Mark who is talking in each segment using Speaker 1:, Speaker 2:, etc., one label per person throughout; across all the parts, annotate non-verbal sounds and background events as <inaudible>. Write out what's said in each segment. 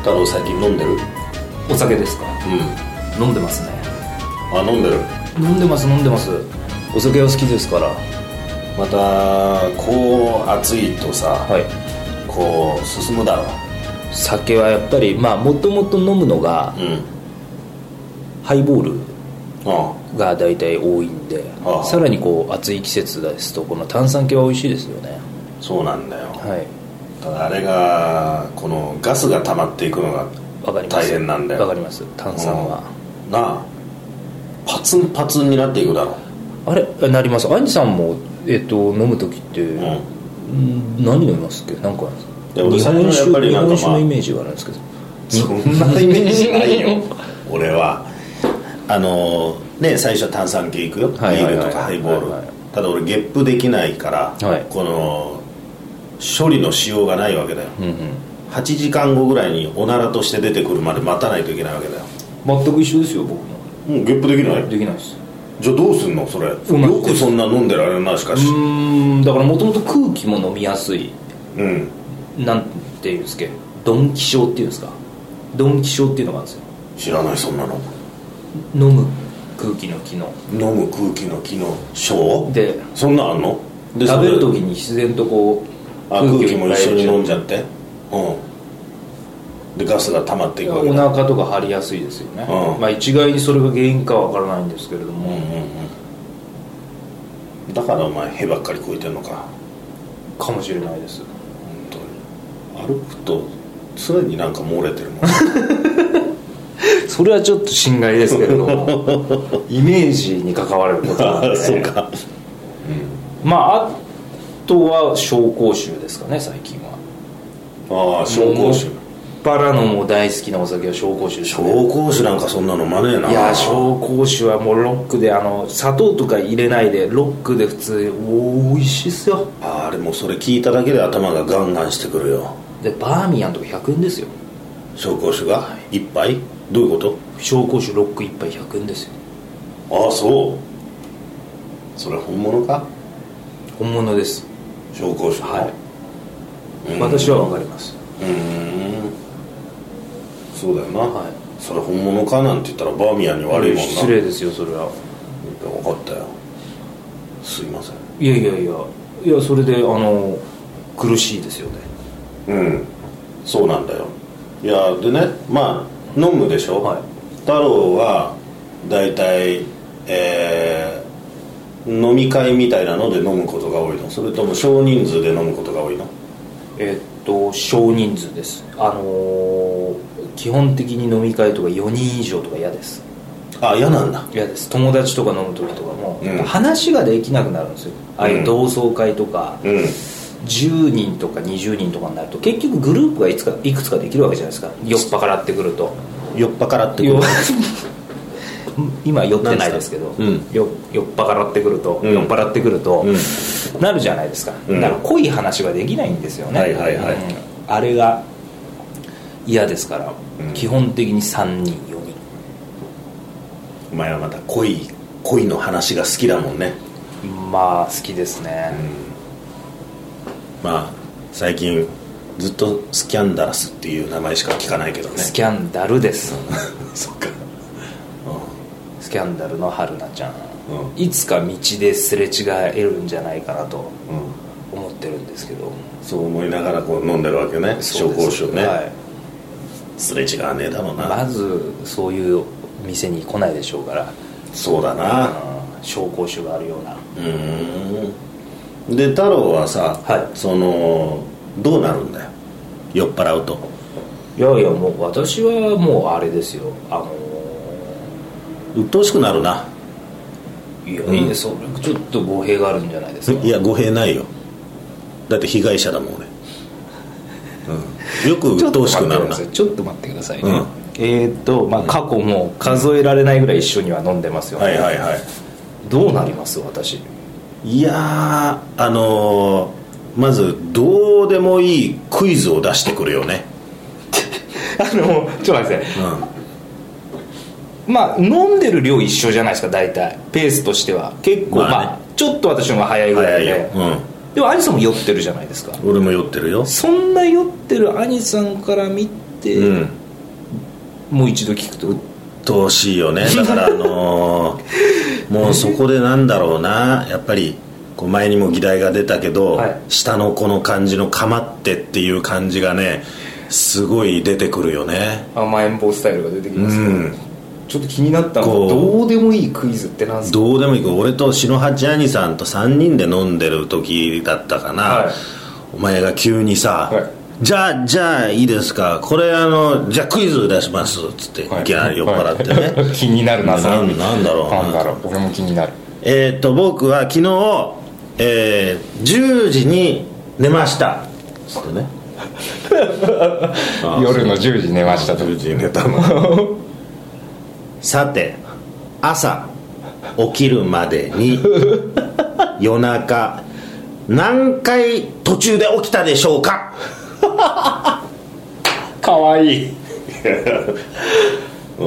Speaker 1: 太郎最近飲んでるうん
Speaker 2: お酒ですか飲んでますね
Speaker 1: あ飲んでる
Speaker 2: 飲んでます飲んでますお酒は好きですから
Speaker 1: またこう暑いとさ、
Speaker 2: はい
Speaker 1: こう進むだろ
Speaker 2: 酒はやっぱりまあもともと飲むのが
Speaker 1: ううん
Speaker 2: ハイボール
Speaker 1: あ
Speaker 2: が大体多いんで
Speaker 1: ああ
Speaker 2: さらにこう暑い季節ですとこの炭酸系は美味しいですよね
Speaker 1: あそうなんだよ
Speaker 2: はい
Speaker 1: ただあれがこのガスが溜まっていくのが
Speaker 2: わかります
Speaker 1: 大変なんだよ
Speaker 2: わかります炭酸は、
Speaker 1: うんなあパツンパツンになっていくだろ
Speaker 2: あれえなりますアンジさんも、えっと飲む時って、
Speaker 1: う、
Speaker 2: うん
Speaker 1: ん、
Speaker 2: 何飲みますっけなんか
Speaker 1: いや俺
Speaker 2: 日
Speaker 1: 最
Speaker 2: 本
Speaker 1: 初やっぱ
Speaker 2: 酒
Speaker 1: り
Speaker 2: 日
Speaker 1: なんかまあ
Speaker 2: 本酒のイメージがあるんですけど
Speaker 1: そんなイメージないよ俺はあのね最初は炭酸系いくよビ
Speaker 2: はいはいは
Speaker 1: ール
Speaker 2: い
Speaker 1: とかハイボール、
Speaker 2: はいはい
Speaker 1: ただ俺ゲップできないから、
Speaker 2: はい
Speaker 1: この処理のしようがないわけだよ、
Speaker 2: うんうん
Speaker 1: 8時間後ぐらいにおならとして出てくるまで待たないといけないわけだよ
Speaker 2: 全く一緒ですよ僕も
Speaker 1: もうゲップできない
Speaker 2: できないです
Speaker 1: じゃあどうすんのそれよ
Speaker 2: まい
Speaker 1: くそんな飲んでられるなしか
Speaker 2: う
Speaker 1: し
Speaker 2: ーんだからもともと空気も飲みやすい
Speaker 1: うん
Speaker 2: なんていうんですっけドンキ症っていうんですかドンキ症っていうのがあるんですよ
Speaker 1: 知らないそんなの
Speaker 2: 飲む空気の機能
Speaker 1: 飲む空気の気の小
Speaker 2: で
Speaker 1: そんなんあんので
Speaker 2: 食べる
Speaker 1: それ
Speaker 2: 時に自然とこう
Speaker 1: あ空気も一緒に飲ん
Speaker 2: じ
Speaker 1: じゃってうんでガスが溜まっていくわけ
Speaker 2: お
Speaker 1: だ
Speaker 2: 腹とか張りやすいですよね、
Speaker 1: うん
Speaker 2: まあ一概にそれが原因かはわからないんですけれど
Speaker 1: うんう
Speaker 2: も、
Speaker 1: んうんだからお前へばっかりこいてんのか
Speaker 2: かもしれないです <laughs>
Speaker 1: 本当に歩くと常になんか漏れてるもん
Speaker 2: それはちょっと心外ですけれ
Speaker 1: <laughs>
Speaker 2: どもイメージに関わることなんで、
Speaker 1: <laughs> あ
Speaker 2: ね、
Speaker 1: あそうか
Speaker 2: まああとは紹興酒ですかね最近は
Speaker 1: ああ紹興酒
Speaker 2: もっぱらのも大好きなお酒は紹興酒ですね
Speaker 1: 紹興酒なんかそんなのまねえない
Speaker 2: いやー紹興酒はもうロックであの砂糖とか入れないでロックで普通おー美味しいっすよ
Speaker 1: ああれもうそれ聞いただけで頭がガンガンしてくるよ
Speaker 2: でバーミヤンとか100円ですよ
Speaker 1: 紹興酒が一杯どういうこ
Speaker 2: 紹興酒ロック1杯100円ですよ
Speaker 1: とああそうそれ本物か
Speaker 2: 本物です
Speaker 1: 紹興酒
Speaker 2: はい
Speaker 1: うん
Speaker 2: 私は分かります
Speaker 1: うーんそうだよな、
Speaker 2: はい
Speaker 1: それ本物かなんて言ったらバーミヤンに悪いもんな
Speaker 2: 失礼ですよそれは
Speaker 1: 分かったよすいません
Speaker 2: いやいやいやいやそれであの苦しいですよね
Speaker 1: うんそうなんだよいやでねまあ飲むでしょ、
Speaker 2: はい
Speaker 1: 太郎は大体えー飲み会みたいなので飲むことが多いのそれとも少人数で飲むことが多いの
Speaker 2: えっと少人数ですあのー基本的に飲み会とか4人以上とか嫌です
Speaker 1: あ嫌なんだ
Speaker 2: 嫌です友達とか飲む時とかも、
Speaker 1: うん
Speaker 2: 話ができなくなるんですよああいう同窓会とか、
Speaker 1: うん
Speaker 2: 10人とか20人とかになると結局グループがいつかいくつかできるわけじゃないですか酔っ払ってくると
Speaker 1: 酔っ払ってく
Speaker 2: 酔
Speaker 1: る
Speaker 2: っ <laughs> 今酔ってないですけど、
Speaker 1: うん
Speaker 2: よ酔っ払ってくると、
Speaker 1: うん
Speaker 2: 酔っ払ってくると、
Speaker 1: うん
Speaker 2: なるじゃないですか、
Speaker 1: うん
Speaker 2: だから濃い話ができないんですよね、
Speaker 1: はいはいはい
Speaker 2: うんあれが嫌ですから、
Speaker 1: うん
Speaker 2: 基本的に3人4人
Speaker 1: お前はまた恋恋の話が好きだもんね
Speaker 2: まあ好きですね、
Speaker 1: まあ最近ずっとスキャンダラスっていう名前しか聞かないけどね
Speaker 2: スキャンダルです、
Speaker 1: <laughs> そっか
Speaker 2: スキャンダルの春菜ちゃん、
Speaker 1: う
Speaker 2: いつか道ですれ違えるんじゃないかなと
Speaker 1: うん、うん、
Speaker 2: 思ってるんですけど
Speaker 1: そう思いながらこう飲んでるわけね
Speaker 2: そう
Speaker 1: 紹
Speaker 2: で
Speaker 1: 興
Speaker 2: す
Speaker 1: 酒をね、
Speaker 2: はい
Speaker 1: すれ違わねえだろうな、
Speaker 2: まずそういう店に来ないでしょうから
Speaker 1: そうだな
Speaker 2: うん紹興酒があるような
Speaker 1: うーんで太郎はさ、
Speaker 2: はい
Speaker 1: そのどうなるんだよ酔っ払うと
Speaker 2: いやいやもう私はもうあれですよあの
Speaker 1: 鬱陶しくなるないうん
Speaker 2: やいやそれちょっと語弊があるんじゃないですか
Speaker 1: いや語弊ないよだって被害者だもん俺、うん、よく
Speaker 2: ち
Speaker 1: 鬱
Speaker 2: ょっと
Speaker 1: 陶しく
Speaker 2: 待っ
Speaker 1: な
Speaker 2: て
Speaker 1: るな
Speaker 2: くださいちょっと待ってくださいね、
Speaker 1: うん
Speaker 2: えーっとまあ過去も数えられないぐらい一緒には飲んでますよね、
Speaker 1: はいはいはい
Speaker 2: どうなります私 <laughs>
Speaker 1: いやーあのーまずどうでもいいクイズを出してくるよね、
Speaker 2: あのちょっと待ってくださ
Speaker 1: う
Speaker 2: いまあ飲んでる量一緒じゃないですか大体ペースとしては結構まあ、
Speaker 1: まあね
Speaker 2: ちょっと私の方が早い
Speaker 1: ん、
Speaker 2: ぐら
Speaker 1: 早
Speaker 2: い
Speaker 1: い
Speaker 2: で
Speaker 1: よ、
Speaker 2: でもアニさんも酔ってるじゃないですか
Speaker 1: うん、俺も酔ってるよ
Speaker 2: そんな酔ってるアニさんから見て、
Speaker 1: うん
Speaker 2: もう一度聞くと
Speaker 1: どうしいよねだからあのーもうそこでなんだろうなやっぱりこう前にも議題が出たけど、
Speaker 2: はい
Speaker 1: 下のこの感じの「かまって」っていう感じがねすごい出てくるよね
Speaker 2: 甘えん坊スタイルが出てき
Speaker 1: う
Speaker 2: ますけど、
Speaker 1: ん
Speaker 2: ちょっと気になったの
Speaker 1: こう
Speaker 2: はどうでもいいクイズってなんですか
Speaker 1: どうでもいいけど俺と篠八兄さんと3人で飲んでる時だったかな、
Speaker 2: はい
Speaker 1: お前が急にさ、
Speaker 2: はい
Speaker 1: じゃあじゃあいいですかこれあのじゃあクイズ出しますっつって、い、きなり酔っ払ってね、
Speaker 2: <laughs>
Speaker 3: 気になるなそれ
Speaker 1: なんなんだろうな
Speaker 3: なんだろう俺も気になる
Speaker 1: えーっと僕は昨日、えー10時に寝ましたつってねあー
Speaker 3: 夜の10時寝ましたと
Speaker 1: 10時に寝たのさて朝起きるまで <laughs> に夜中何回途中で起きたでしょうか
Speaker 2: かわいい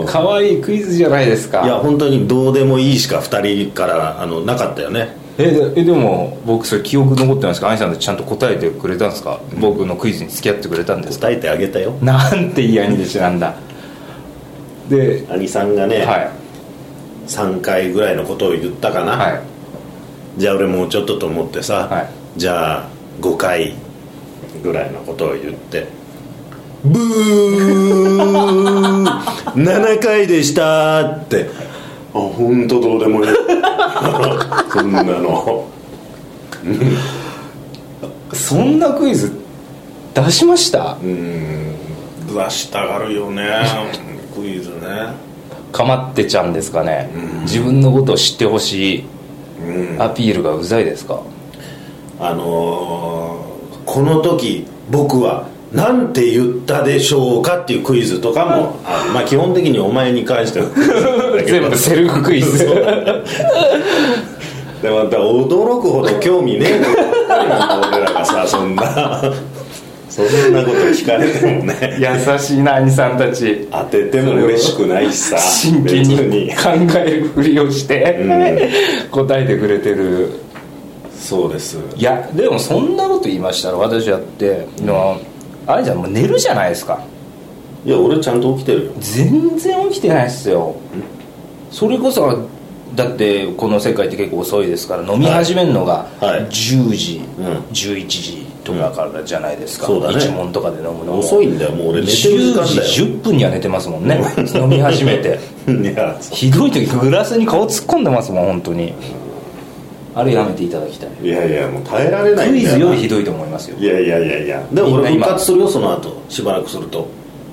Speaker 2: かわいいクイズじゃないですか
Speaker 1: いや本当にどうでもいいしか2人からあのなかったよね
Speaker 2: えでえでも僕それ記憶残ってますけどアニさんとちゃんと答えてくれたんですか、僕のクイズに付き合ってくれたんですか
Speaker 1: 伝えてあげたよ
Speaker 2: なんていい兄弟子なんだで
Speaker 1: 兄さんがね、
Speaker 2: は
Speaker 1: 3回ぐらいのことを言ったかな、
Speaker 2: いはい
Speaker 1: じゃあ俺もうちょっとと思ってさ、
Speaker 2: はい
Speaker 1: じゃあ5回ぐらいのことを言ってブ <laughs> ー7回でしたってあ本当どうでもい <laughs> いそんなの
Speaker 2: そんなクイズ出しました
Speaker 1: うん出したがるよねクイズね
Speaker 2: かまってちゃんですかね、自分のことを知ってほしいアピールがうざいですか
Speaker 1: あのーこの時僕はなんて言ったでしょうかっていうクイズとかもあまあ基本的にお前に関しては
Speaker 2: <laughs> 全部セルフクイズ
Speaker 1: <laughs> でまた驚くほど興味ねえの俺らがさそんなそんなこと聞かれてもね
Speaker 2: 優しいな兄さんたち
Speaker 1: 当てても嬉しくないしさ
Speaker 2: 真剣
Speaker 1: 別
Speaker 2: に考えるふりをして、答えてくれてる
Speaker 1: そうです
Speaker 2: いやでもそんなこと言いましたら私やってのあれじゃんもう寝るじゃないですか
Speaker 1: いや俺ちゃんと起きてるよ
Speaker 2: 全然起きてないっすよそれこそだってこの世界って結構遅いですから飲み始めるのが
Speaker 1: はい
Speaker 2: 10時、
Speaker 1: うん
Speaker 2: 11時とかからじゃないですか、
Speaker 1: そうだね
Speaker 2: 一問とかで飲むのも
Speaker 1: 遅いんだよもう俺
Speaker 2: 10
Speaker 1: 寝
Speaker 2: 時
Speaker 1: てる時間だよ
Speaker 2: 10分には寝てますもんね飲み始めて
Speaker 1: <laughs> いやそ
Speaker 2: ひどい時グラスに顔突っ込んでますもん本当にあれやめていただきたい
Speaker 1: いやいやもう耐えられない
Speaker 2: ク
Speaker 1: ん
Speaker 2: イ
Speaker 1: だ
Speaker 2: ズ
Speaker 1: よ
Speaker 2: よ
Speaker 1: な
Speaker 2: りひどいと思いますよ
Speaker 1: いやいやいやいやでも俺
Speaker 2: みんな今
Speaker 1: 復活するよその後しばらくすると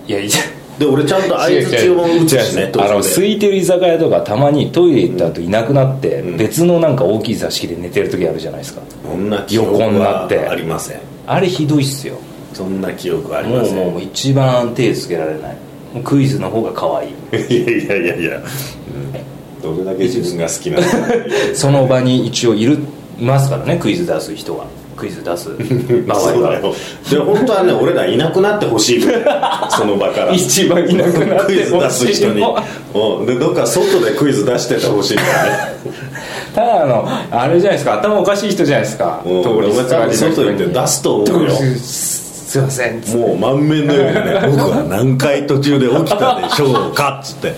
Speaker 2: いやいや
Speaker 1: で俺ちゃんと相づちを打つしね
Speaker 2: あの
Speaker 1: 途中
Speaker 2: 空
Speaker 1: で
Speaker 2: いてる居酒屋とかたまにトイレ行った後いなくなって、
Speaker 1: うん
Speaker 2: 別のなんか大きい座敷で寝てる時あるじゃないですか
Speaker 1: そんな記憶
Speaker 2: 横になって
Speaker 1: はありません
Speaker 2: あれひどいっすよ
Speaker 1: そんな記憶はあり
Speaker 2: も
Speaker 1: ま
Speaker 2: う
Speaker 1: せん
Speaker 2: もう一番手つけられないもうクイズの方が可愛い
Speaker 1: <laughs> いやいやいやいや、どれだけ自分が好きなの
Speaker 2: <laughs>
Speaker 1: か
Speaker 2: その場に一応いるいますからねクイズ出す人はクイズ出 <laughs> す場
Speaker 1: そう
Speaker 2: 合
Speaker 1: だ
Speaker 2: は
Speaker 1: よで本当はね俺らいなくなってほしい
Speaker 2: <laughs>
Speaker 1: ぐらいその場から
Speaker 2: 一番いなくなってほしい
Speaker 1: クイズ出す人にうんでどっか外でクイズ出しててほしい
Speaker 2: <laughs>
Speaker 1: からね
Speaker 2: ただあのあれじゃないですか頭おかしい人じゃないですか
Speaker 1: うん
Speaker 2: りすがりの人に
Speaker 1: 外行って出すと思うよ
Speaker 2: 通りすすいません
Speaker 1: もう満面のように
Speaker 2: <laughs>
Speaker 1: ね「僕は何回途中で起きたでしょうか」っつって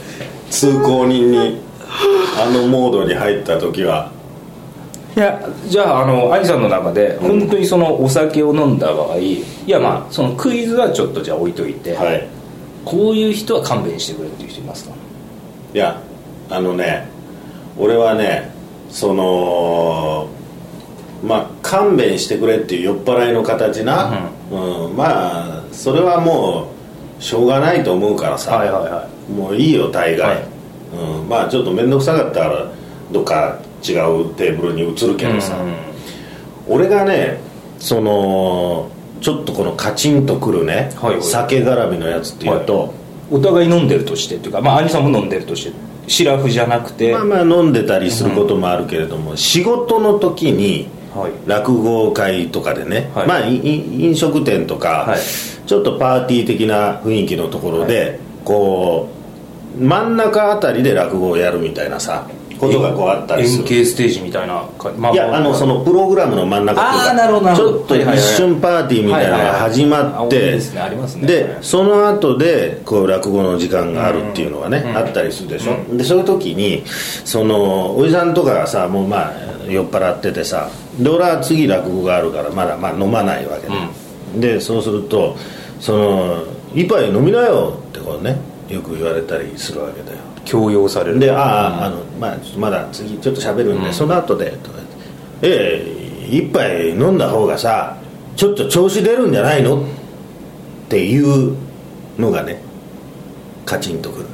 Speaker 1: 通行人にあのモードに入った時はい
Speaker 2: やじゃああの兄さんの中で本当にそのお酒を飲んだ場合いやまあそのクイズはちょっとじゃあ置いといて、
Speaker 1: はい
Speaker 2: こういう人は勘弁してくれっていう人いますか
Speaker 1: いやあのね俺はねそのまあ勘弁してくれっていう酔っ払いの形な、うんまあそれはもうしょうがないと思うからさ、
Speaker 2: はいはいは
Speaker 1: もういいよ大概、
Speaker 2: はい
Speaker 1: うん、まあちょっと面倒くさかったらどっか違うテーブルに移るけどさ、俺がねそのちょっとこのカチンとくるね、
Speaker 2: はいはい
Speaker 1: 酒絡みのやつっていうと、
Speaker 2: お互い飲んでるとしてっていうかまあ兄さんも飲んでるとしてシラフじゃなくて、
Speaker 1: まあまあ飲んでたりすることもあるけれども、仕事の時に
Speaker 2: はい
Speaker 1: 落語会とかでね、
Speaker 2: はい
Speaker 1: まあいい飲食店とか、
Speaker 2: はい
Speaker 1: ちょっとパーティー的な雰囲気のところで、こう真ん中あたりで落語をやるみたいなさことがこうあったりす
Speaker 2: 円
Speaker 1: る
Speaker 2: 形ステージみたいな感じま
Speaker 1: いやあのそのプログラムの真ん中っていうか
Speaker 2: あーなるほどなる
Speaker 1: ち
Speaker 2: ほど
Speaker 1: ょっと一瞬パーティーみたいなのが始まっ
Speaker 2: はいはいはいあ多い
Speaker 1: て
Speaker 2: ですねありますね
Speaker 1: でその後でこう落語の時間があるっていうのがね、あったりするでしょ、でそういう時にそのおじさんとかがさもうまあ酔っ払っててさで俺は次落語があるからまだまあ飲まないわけで、でそうするとその「一杯飲みなよ」ってこうねよく言われたりするわけだよ
Speaker 2: 強要される
Speaker 1: で「あああの、まあ、ちょっとまだ次ちょっと喋るんで、その後で」とか言って「ええ一杯飲んだ方がさちょっと調子出るんじゃないの?」っていうのがねカチンとくるね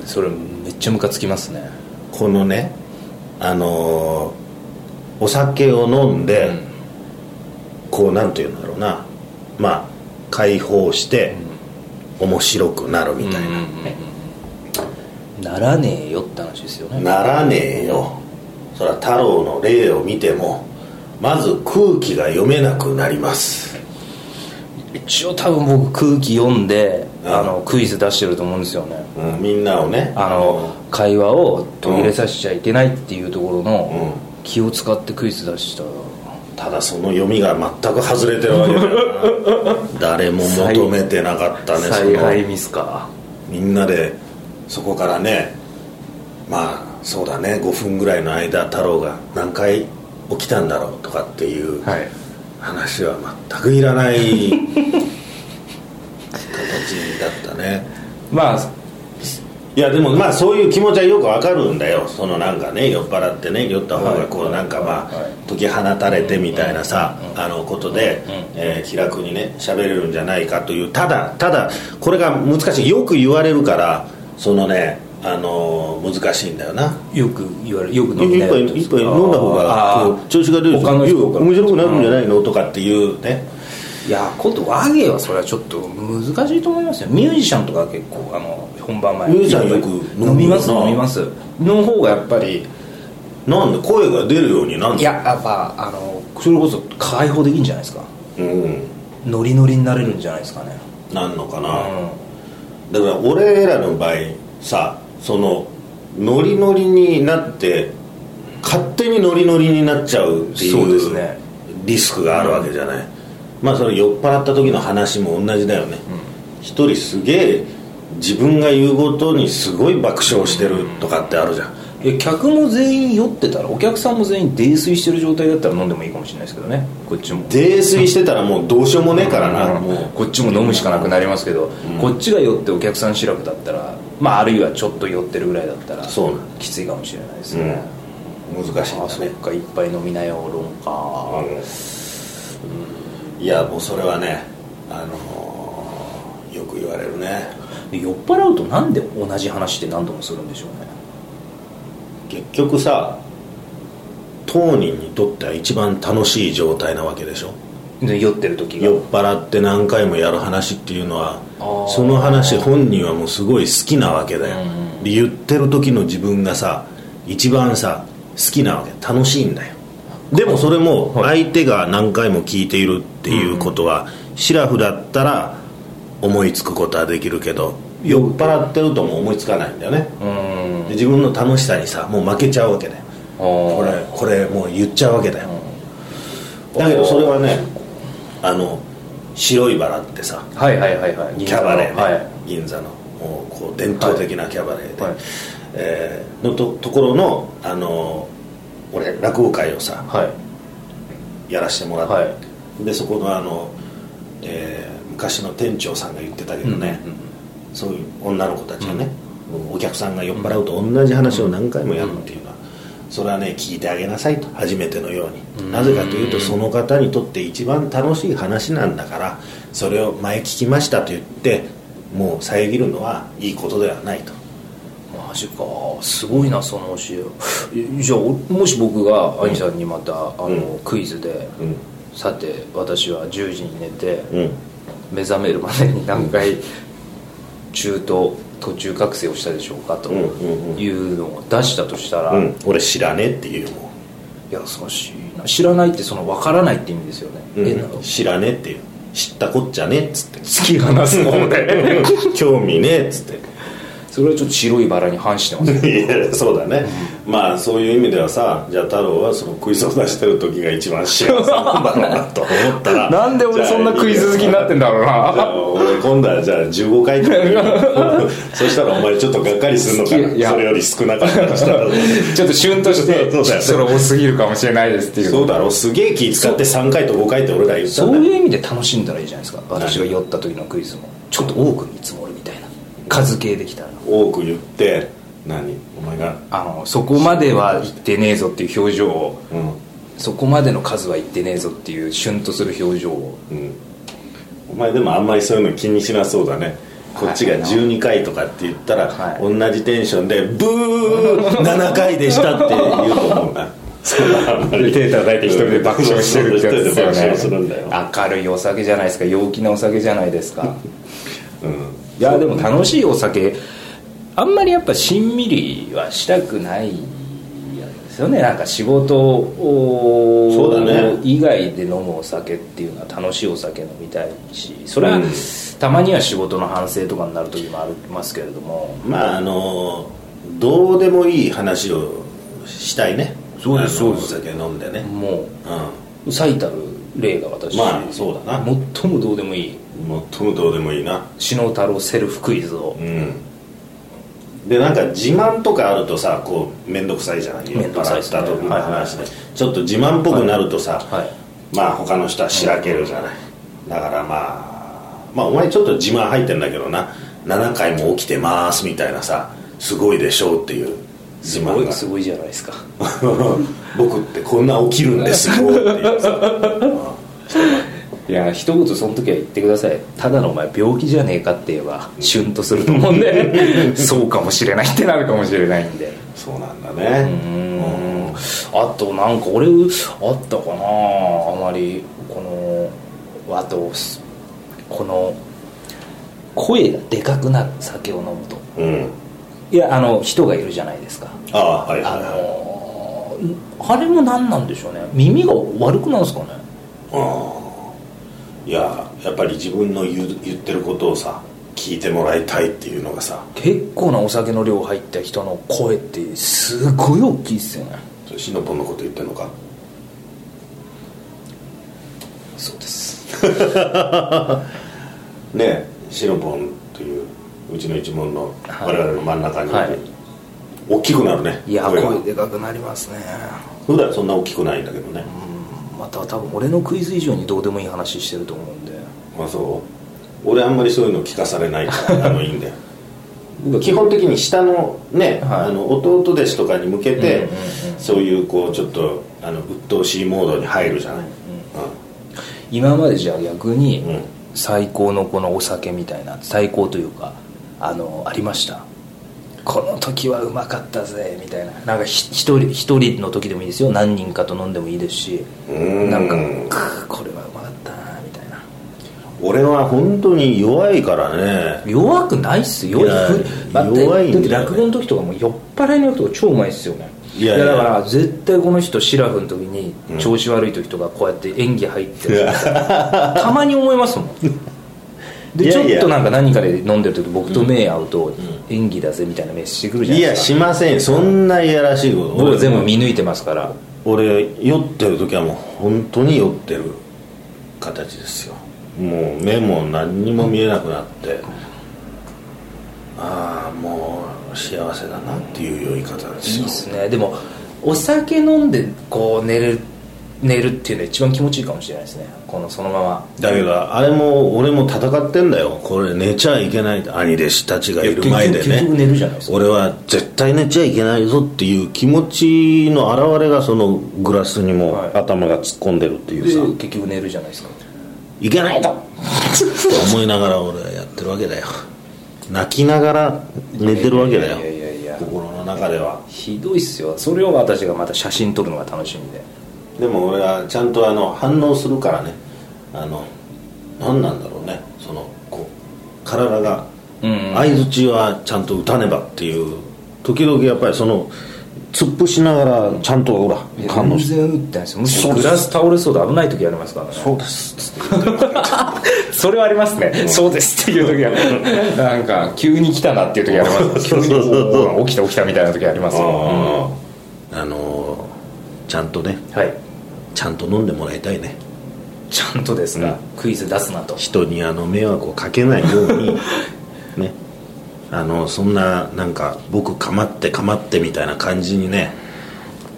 Speaker 2: うんそれめっちゃムカつきますね
Speaker 1: このねあのーお酒を飲んで、こうなんていうんだろうなまあ解放して、面白くなるみたいな、
Speaker 2: ならねえよって話ですよね
Speaker 1: ならねえよそら太郎の例を見てもまず空気が読めなくなります
Speaker 2: 一応多分僕空気読んで
Speaker 1: うん
Speaker 2: あのクイズ出してると思うんですよね
Speaker 1: うんみんなをね
Speaker 2: あの会話を途切れさせちゃいけないっていうところの気を使ってクイズ出した
Speaker 1: ただその読みが全く外れてるわけだよな
Speaker 2: <laughs>
Speaker 1: 誰も求めてなかったねそ
Speaker 2: 采配
Speaker 1: の
Speaker 2: ミスか
Speaker 1: みんなでそこからねまあそうだね5分ぐらいの間太郎が何回起きたんだろうとかっていう
Speaker 3: はい
Speaker 1: 話は全くいらない形だったね
Speaker 2: まあ
Speaker 1: いやでもまあそういう気持ちはよくわかるんだよそのなんかね酔っ払ってね酔った方がこうなんかまあ
Speaker 2: はい
Speaker 1: 解き放たれてみたいなさあのことで
Speaker 2: うん
Speaker 1: えー気楽にね喋れるんじゃないかというただただこれが難しいよく言われるからそのねあのー難しいんだよな
Speaker 2: よく言われるよく飲み
Speaker 1: 一
Speaker 2: なよ
Speaker 1: 杯一杯飲んだ方がこう調子が出る
Speaker 2: 他の
Speaker 1: いや
Speaker 2: 人から
Speaker 1: 面白くなるんじゃないのとかっていうね
Speaker 2: いやこと和芸はそれはちょっと難しいと思いますよミュージシャンとか結構あの本番前
Speaker 1: ミュージシャンよく
Speaker 2: 飲みます
Speaker 1: 飲むよな
Speaker 2: 飲みますの方がやっぱり
Speaker 1: なんで声が出るようになん
Speaker 2: いややっぱあのそれこそ解放できるんじゃないですか
Speaker 1: うん
Speaker 2: ノリノリになれるんじゃないですかね
Speaker 1: なんのか
Speaker 2: う
Speaker 1: な、
Speaker 2: ん
Speaker 1: だから俺らの場合さそのノリノリになって勝手にノリノリになっちゃうってい
Speaker 2: そうで
Speaker 1: う
Speaker 2: すね
Speaker 1: リスクがあるわけじゃない、まあそれ酔っ払った時の話も同じだよね一、人すげえ自分が言うごとにすごい爆笑してるとかってあるじゃん、
Speaker 2: いや客も全員酔ってたらお客さんも全員泥酔してる状態だったら飲んでもいいかもしれないですけどねこっちも
Speaker 1: 泥酔してたらもうどうしようもねえからな、もう
Speaker 2: こっちも飲むしかなくなりますけど、こっちが酔ってお客さん白くだったらまああるいはちょっと酔ってるぐらいだったら
Speaker 1: そうなん
Speaker 2: きついかもしれないですね、
Speaker 1: 難しいん
Speaker 2: ああ
Speaker 1: だ
Speaker 2: そ
Speaker 1: ね
Speaker 2: っかいっぱい飲みなよ論か、
Speaker 1: いやもうそれはねあのーよく言われるね
Speaker 2: で酔っ払うとなんで同じ話って何度もするんでしょうね
Speaker 1: 結局さ当人にとっては一番楽しい状態なわけでしょ
Speaker 2: で酔ってる時が
Speaker 1: 酔っ払って何回もやる話っていうのは
Speaker 2: あー
Speaker 1: その話本人はもうすごい好きなわけだよ、で言ってる時の自分がさ一番さ好きなわけ楽しいんだよでもそれも相手が何回も聞いているっていうことは、シラフだったら思いつくことはできるけど酔っ払ってるとも思いつかないんだよね、
Speaker 2: うーん
Speaker 1: で自分の楽しさにさもう負けちゃうわけだよこ
Speaker 2: こ
Speaker 1: れこれもう言っちゃうわけだよだけどそれはねあの白いバラってさ
Speaker 2: はいはいはいはい
Speaker 1: キャバレーね、
Speaker 2: はい
Speaker 1: 銀座のもうこう伝統的なキャバレーで、
Speaker 2: はい
Speaker 1: えーのとところのあの俺落語会をさ
Speaker 2: はい
Speaker 1: やらせてもらって、
Speaker 2: は
Speaker 1: でそこのあの、えー昔の店長さんが言ってたけどね、
Speaker 2: うんうん
Speaker 1: そういう女の子たちがね、お客さんが酔っ払うと同じ話を何回もやるっていうのは、それはね聞いてあげなさいと初めてのように、なぜかというとその方にとって一番楽しい話なんだからそれを前聞きましたと言ってもう遮るのはいいことではないと
Speaker 2: マジかすごいなその教ええじゃあおもし僕が兄さんにまた、あのクイズで、
Speaker 1: うん
Speaker 2: さて私は10時に寝て、
Speaker 1: うん
Speaker 2: 目覚めるまでに何回中途途中覚醒をしたでしょうかと
Speaker 1: うんうんうん
Speaker 2: いうのを出したとしたら、
Speaker 1: うん俺知らねえっていうよも
Speaker 2: 優しいな知らないってその分からないって意味ですよね、
Speaker 1: う、
Speaker 2: え
Speaker 1: うん、知らねえっていう知ったこっちゃねえっつって
Speaker 3: <laughs>
Speaker 2: 突き放すもんね
Speaker 1: 興味ねえっつって
Speaker 2: それはちょっと白いバラに反してますね
Speaker 1: いやそうだね、まあそういう意味ではさじゃあ太郎はそのクイズを出してる時が一番幸せなんだろうなと思ったら
Speaker 3: なんで俺そんなクイズ好きになってんだろう
Speaker 1: じゃ
Speaker 3: な
Speaker 1: あ俺今度はじゃあ15回とかそしたらお前ちょっとがっかりするのか
Speaker 3: いや
Speaker 1: なそれより少なかったとしたら
Speaker 3: ちょっと旬として
Speaker 1: そうそうだよね
Speaker 3: それ多すぎるかもしれないですっていう
Speaker 1: そうだろすげえ気使って3回と5回って俺ら言ったん
Speaker 2: そ
Speaker 1: だ
Speaker 2: う
Speaker 1: よ
Speaker 2: いう意味で楽しんだらいいじゃないですか私が酔った時のクイズもちょっと多く見積もるみたいな数系できたら
Speaker 1: 多く言って何お前が
Speaker 2: あのそこまでは言ってねえぞっていう表情を
Speaker 1: うん
Speaker 2: そこまでの数は言ってねえぞっていうシュンとする表情を
Speaker 1: うんお前でもあんまりそういうの気にしなそうだねこっちが12回とかって言ったら、
Speaker 2: はい
Speaker 1: 同じテンションで「ブー7回でした」って言うと思うなそんなあんまり
Speaker 3: <laughs> 手叩いて一人で爆笑してるってやつですよね
Speaker 1: そう一人で爆笑するんだよ、
Speaker 2: 明るいお酒じゃないですか陽気なお酒じゃないですか
Speaker 1: うん
Speaker 2: いやでも楽しいお酒あんまりやっぱしんみりはしたくないですよねなんか仕事を
Speaker 1: そうだね
Speaker 2: 以外で飲むお酒っていうのは楽しいお酒飲みたいしそれは
Speaker 1: うん
Speaker 2: たまには仕事の反省とかになる時もありますけれども
Speaker 1: まああのどうでもいい話をしたいね
Speaker 2: そうです
Speaker 1: あの
Speaker 2: そうです
Speaker 1: お酒飲んでね、
Speaker 2: も
Speaker 1: う
Speaker 2: う最たる例が私、
Speaker 1: まあそうだな
Speaker 2: 最もどうでもいい
Speaker 1: ん最もどうでもいいな
Speaker 2: 篠太郎セルフクイズを
Speaker 1: うん、でなんか自慢とかあるとさこう面倒くさいじゃない
Speaker 2: 面倒くさいですね
Speaker 1: 酔っ払った時の話で、
Speaker 2: はい
Speaker 1: ちょっと自慢っぽくなるとさ、
Speaker 2: はい
Speaker 1: まあ他の人はしらけるじゃない、だからまあまあお前ちょっと自慢入ってんだけどな7回も起きてますみたいなさすごいでしょうっていう自
Speaker 2: すご
Speaker 1: 慢
Speaker 2: い
Speaker 1: が
Speaker 2: すごいじゃないですか
Speaker 1: <laughs> 僕ってこんな起きるんですよっていうさ
Speaker 2: いや一言その時は言ってくださいただのお前病気じゃねえかって言えばシュンとすると思うんで <laughs> そうかもしれないってなるかもしれないんで
Speaker 1: そうなんだね
Speaker 2: うんあとなんか俺あったかなあまりこのあとすこの声がでかくなる酒を飲むと
Speaker 1: うん、
Speaker 2: いやあの人がいるじゃないですか
Speaker 1: ああはいはい
Speaker 2: あ
Speaker 1: はい
Speaker 2: のーあれも何なんでしょうね耳が悪くなんですかね
Speaker 1: うんいややっぱり自分の言う言ってることをさ聞いてもらいたいっていうのがさ
Speaker 2: 結構なお酒の量入った人の声ってすごい大きいっすよね
Speaker 1: それシノポンのこと言ってるのか
Speaker 2: そうです
Speaker 1: ねシノポンといううちの一門の
Speaker 2: はい
Speaker 1: 我々の真ん中にいる、
Speaker 2: はい
Speaker 1: 大きくなるね
Speaker 2: いや
Speaker 1: 声が
Speaker 2: 声でかくなりますね
Speaker 1: 普段そんな大きくないんだけどね、
Speaker 2: うんまた多分俺のクイズ以上にどうでもいい話してると思うんで
Speaker 1: まあそう俺あんまりそういうの聞かされない
Speaker 2: <laughs>
Speaker 1: からあのいいんだよ
Speaker 2: 僕は
Speaker 1: 基本的に下のね、
Speaker 2: はい
Speaker 1: あの弟弟子とかに向けて、
Speaker 2: うんうん
Speaker 1: そういうこうちょっとあの鬱陶しいモードに入るじゃない、
Speaker 2: 今までじゃあ逆に
Speaker 1: うん
Speaker 2: 最高のこのお酒みたいな最高というかあのありましたこの時はうまかったぜみたいななんかひ一人一人の時でもいいですよ何人かと飲んでもいいですし
Speaker 1: うん
Speaker 2: なんかくーこれはうまかったなみたいな
Speaker 1: 俺は本当に弱いからね
Speaker 2: 弱くないっす
Speaker 1: い
Speaker 2: よ
Speaker 1: や
Speaker 2: ふだって
Speaker 1: 弱いんだよね
Speaker 2: だって落語の時とかもう酔っ払いの時とか超うまいっすよね
Speaker 1: いやいや
Speaker 2: だから絶対この人シラフの時に
Speaker 1: うん
Speaker 2: 調子悪い時とかこうやって演技入ってる、 <laughs> たまに思いますもんで
Speaker 1: いやいや
Speaker 2: ちょっとなんか何かで飲んでる時僕と目合うと演技だぜみたいな目してくるじゃないい
Speaker 1: や
Speaker 2: ですか
Speaker 1: しませんそんないやらしいこと
Speaker 2: 僕は全部見抜いてますから
Speaker 1: 俺酔ってる時はもう本当に酔ってる形ですよもう目も何にも見えなくなってああもう幸せだなっていう酔い方です
Speaker 2: いい
Speaker 1: よ
Speaker 2: っすねでもお酒飲んでこう寝る寝るっていうのが一番気持ちいいかもしれないですねこのそのまま
Speaker 1: だけどあれも俺も戦ってんだよこれ寝ちゃいけないって兄弟子たちがいる前で
Speaker 2: 結局
Speaker 1: ね
Speaker 2: 寝るじゃないですか
Speaker 1: 俺は絶対寝ちゃいけないぞっていう気持ちの表れがそのグラスにも
Speaker 2: はい
Speaker 1: 頭が突っ込んでるっていう
Speaker 2: で
Speaker 1: さ、
Speaker 2: 結局寝るじゃないですか
Speaker 1: いけないと思いながら俺はやってるわけだよ泣きながら寝てるわけだよ
Speaker 2: いやいやいやいや
Speaker 1: 心の中では
Speaker 2: ひどいっすよそれを私がまた写真撮るのが楽しみで
Speaker 1: でも俺はちゃんとあの反応するからねあの何なんだろうねそのこう体が
Speaker 2: うん
Speaker 1: 相づちはちゃんと打たねばっていう時々やっぱりその突っ伏しながらちゃんとほら感動
Speaker 2: 全
Speaker 1: して
Speaker 2: 然打ってないですよむし
Speaker 1: そう
Speaker 2: ろ
Speaker 1: で
Speaker 2: グ
Speaker 1: す
Speaker 2: ラス倒れそうで危ない時ありますから <laughs> ね
Speaker 1: そうです
Speaker 3: それはありますね、そうですっていう時はなんか急に来たなっていう時あります急に
Speaker 1: そうそうそう
Speaker 3: おー起きた起きたみたいな時ありますよ
Speaker 1: あああのーちゃんとね
Speaker 2: はい
Speaker 1: ちゃんと飲んでもらいたいね
Speaker 2: ちゃんとですが、クイズ出すなと
Speaker 1: 人にあの迷惑をかけないよう <laughs> にねあのそんななんか僕かまってかまってみたいな感じにね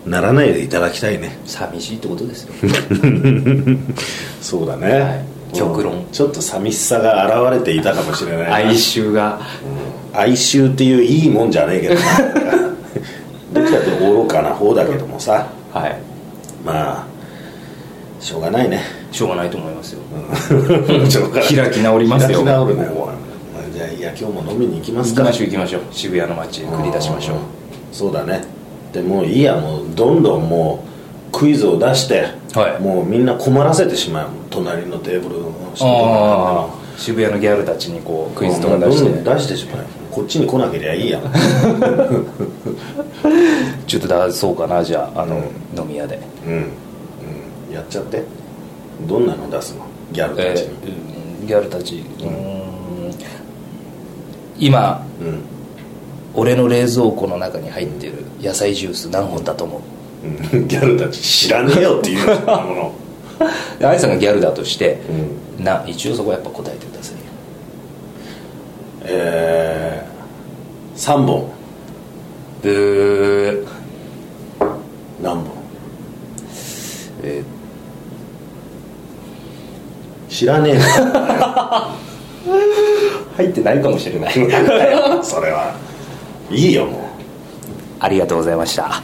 Speaker 1: ならないでいただきたいね
Speaker 2: 寂しいってことですよ
Speaker 1: そうだね、
Speaker 2: い極論
Speaker 1: うんちょっと寂しさが現れていたかもしれないな
Speaker 2: 哀愁が
Speaker 1: 哀愁っていういいもんじゃねえけどな <laughs> どっちかというと愚かな方だけどもさ
Speaker 2: はい
Speaker 1: まあしょうがないね
Speaker 2: しょうがないと思いますよ
Speaker 1: しょうがない
Speaker 3: 開き直りますよ
Speaker 1: 開き直るねもうまあじゃあいや今日も飲みに行きま
Speaker 2: 行
Speaker 1: す
Speaker 2: き
Speaker 1: か
Speaker 2: ましょう行きましょう渋谷の街へ繰り出しましょう
Speaker 1: そうだねでもういいやもうどんどんもうクイズを出して、
Speaker 2: はい
Speaker 1: もうみんな困らせてしまう隣のテーブルの人と
Speaker 2: あ
Speaker 1: か
Speaker 2: あ渋谷のギャルたちにこうクイズと
Speaker 1: も
Speaker 2: か
Speaker 1: うどん
Speaker 2: 出
Speaker 1: ど
Speaker 2: し
Speaker 1: ん
Speaker 2: て
Speaker 1: 出してしまうこっちに来なけりゃいいやん
Speaker 2: ちょっと出そうかなじゃああの、飲み屋で
Speaker 1: うん、うん、やっちゃってどんなの出すのギャルた
Speaker 2: え
Speaker 1: ち
Speaker 2: ー
Speaker 1: に、
Speaker 2: うんギャルたちうーん今
Speaker 1: うん
Speaker 2: 俺の冷蔵庫の中に入ってる野菜ジュース何本だと思う
Speaker 1: うん <laughs> ギャルたち知らねえよっていうようなもの、
Speaker 2: で愛さんがギャルだとして、
Speaker 1: うん
Speaker 2: な一応そこはやっぱ答えてくださいよ
Speaker 1: えー、3本
Speaker 2: ブー
Speaker 1: 何本
Speaker 2: え
Speaker 1: 知らねえよ
Speaker 2: ー入ってないかもしれない <laughs>
Speaker 1: それはいいよもう
Speaker 2: ありがとうございました